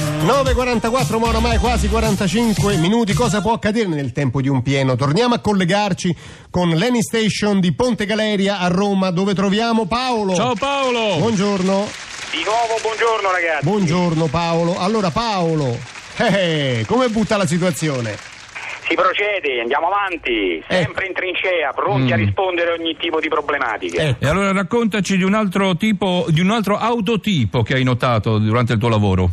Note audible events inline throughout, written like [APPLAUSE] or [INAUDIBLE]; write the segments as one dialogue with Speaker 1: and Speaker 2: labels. Speaker 1: 9.44 ma oramai quasi 45 minuti cosa può accadere nel tempo di un pieno torniamo a collegarci con l'Any Station di Ponte Galeria a Roma dove troviamo Paolo
Speaker 2: Ciao Paolo!
Speaker 1: buongiorno
Speaker 3: Di nuovo buongiorno ragazzi.
Speaker 1: buongiorno Paolo allora Paolo eh, eh, come butta la situazione
Speaker 3: Si procede, andiamo avanti,
Speaker 1: Eh.
Speaker 3: sempre in trincea, pronti
Speaker 1: Mm.
Speaker 3: a rispondere a ogni tipo di problematiche.
Speaker 1: Ecco.
Speaker 2: E allora raccontaci di un altro tipo, di un altro autotipo che hai notato durante il tuo lavoro.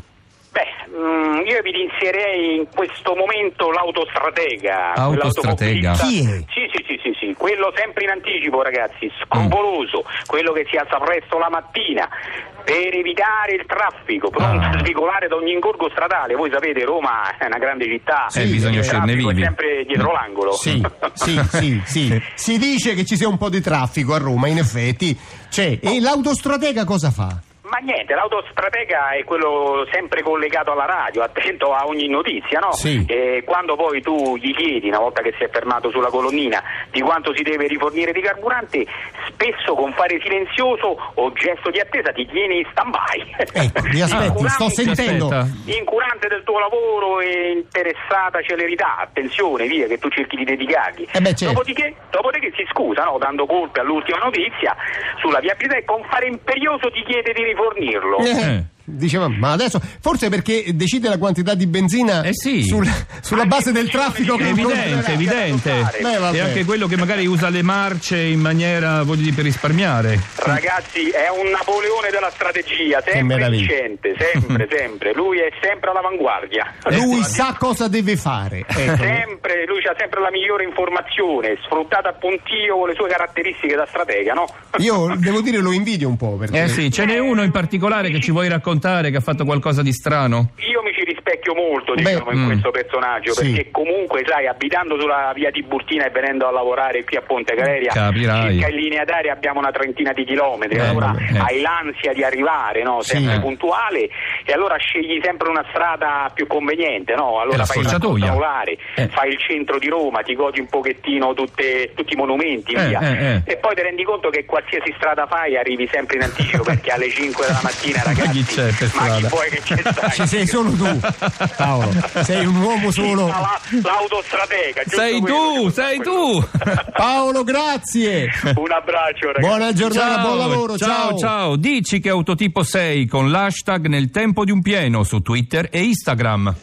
Speaker 3: Beh, mm, io evidenzierei in questo momento l'autostratega.
Speaker 2: Autostratega.
Speaker 3: quell'automobilista-
Speaker 1: Chi è?
Speaker 3: Sì, sì, sì, sì, sì, quello sempre in anticipo ragazzi, scrupoloso,
Speaker 1: Mm.
Speaker 3: quello che si alza presto la mattina per evitare il traffico, pronto
Speaker 2: Ah.
Speaker 3: a svicolare da ogni ingorgo stradale. Voi sapete Roma è una grande città,
Speaker 1: Sì,
Speaker 2: eh, bisogna
Speaker 3: il
Speaker 2: scendere
Speaker 3: traffico è
Speaker 2: vivi.
Speaker 3: sempre dietro l'angolo.
Speaker 1: Mm. Sì,
Speaker 3: [LAUGHS]
Speaker 1: sì, sì, sì. [LAUGHS] Si dice che ci sia un po' di traffico a Roma, in effetti c'è. E l'autostratega cosa fa?
Speaker 3: Ma niente, l'autostratega è quello sempre collegato alla radio, attento a ogni notizia, no?
Speaker 1: Sì.
Speaker 3: E quando poi tu gli chiedi, una volta che si è fermato sulla colonnina, di quanto si deve rifornire di carburante, spesso con fare silenzioso o gesto di attesa ti tieni in stand-by.
Speaker 1: Ecco, li aspetti, sto
Speaker 3: Incurante-
Speaker 1: sentendo.
Speaker 2: aspetta.
Speaker 3: Incurante del tuo lavoro e interessata celerità, attenzione, via, che tu cerchi di dedicargli.
Speaker 1: Eh beh, certo.
Speaker 3: Dopodiché, dopodiché si scusano, dando colpe all'ultima notizia sulla viabilità e con fare imperioso ti chiede di rifornirlo.
Speaker 1: Eh, Diceva, ma adesso forse perché decide la quantità di benzina
Speaker 2: Eh sì.
Speaker 1: sul- sulla base del traffico
Speaker 2: È
Speaker 1: che
Speaker 2: evidente,
Speaker 1: incontrerà.
Speaker 2: evidente.
Speaker 1: Beh, vabbè.
Speaker 2: E anche quello che magari usa le marce in maniera, voglio dire, per risparmiare.
Speaker 3: Ragazzi, è un Napoleone della strategia, sempre
Speaker 1: meraviglia.
Speaker 3: vincente,
Speaker 1: [LAUGHS]
Speaker 3: sempre, sempre. Lui è sempre all'avanguardia. [LAUGHS]
Speaker 1: Lui sa cosa deve fare. Eh, Ecco.
Speaker 3: Sempre, lui ha sempre la migliore informazione, sfruttata a puntino con le sue caratteristiche da stratega, no?
Speaker 1: Io devo dire lo invidio un po' perché
Speaker 2: Eh sì, ce n'è uno in particolare che ci vuoi raccontare che ha fatto qualcosa di strano?
Speaker 3: Io mi ci rispecchio molto
Speaker 1: Beh,
Speaker 3: diciamo, in
Speaker 2: mm.
Speaker 3: questo personaggio
Speaker 1: Sì.
Speaker 3: perché comunque, sai, abitando sulla via Tiburtina e venendo a lavorare qui a Ponte Galeria,
Speaker 2: Capirai.
Speaker 3: circa in linea d'aria abbiamo una trentina di chilometri,
Speaker 2: Eh,
Speaker 3: allora
Speaker 2: vabbè, eh.
Speaker 3: hai l'ansia di arrivare, no?
Speaker 1: Sì.
Speaker 3: sempre
Speaker 2: Eh.
Speaker 3: puntuale e allora scegli sempre una strada più conveniente, no?
Speaker 2: È
Speaker 3: allora
Speaker 2: la
Speaker 3: fai il
Speaker 2: scorciatoia.
Speaker 3: raccordo anulare,
Speaker 2: Eh.
Speaker 3: fai il centro di Roma, ti godi un pochettino tutte- tutti i monumenti,
Speaker 2: Eh,
Speaker 3: via.
Speaker 2: eh, eh.
Speaker 3: e poi ti rendi conto che qualsiasi strada fai arrivi sempre in
Speaker 2: [LAUGHS]
Speaker 3: anticipo perché alle 5 della mattina
Speaker 2: Ma chi
Speaker 3: ragazzi,
Speaker 2: c'è per
Speaker 3: ma chi
Speaker 2: strada?
Speaker 3: vuoi che c'è strada?
Speaker 1: ci sei solo tu, Paolo. Sei un uomo solo.
Speaker 3: La- l'autostratega. giusto
Speaker 2: Sei
Speaker 3: quello
Speaker 2: tu,
Speaker 3: che-
Speaker 2: sei tu!
Speaker 1: Paolo, grazie.
Speaker 3: Un abbraccio, ragazzi.
Speaker 1: Buona giornata, buon lavoro.
Speaker 2: ciao, ciao. Dici che autotipo sei con l'hashtag nel tempo di un pieno su Twitter e Instagram.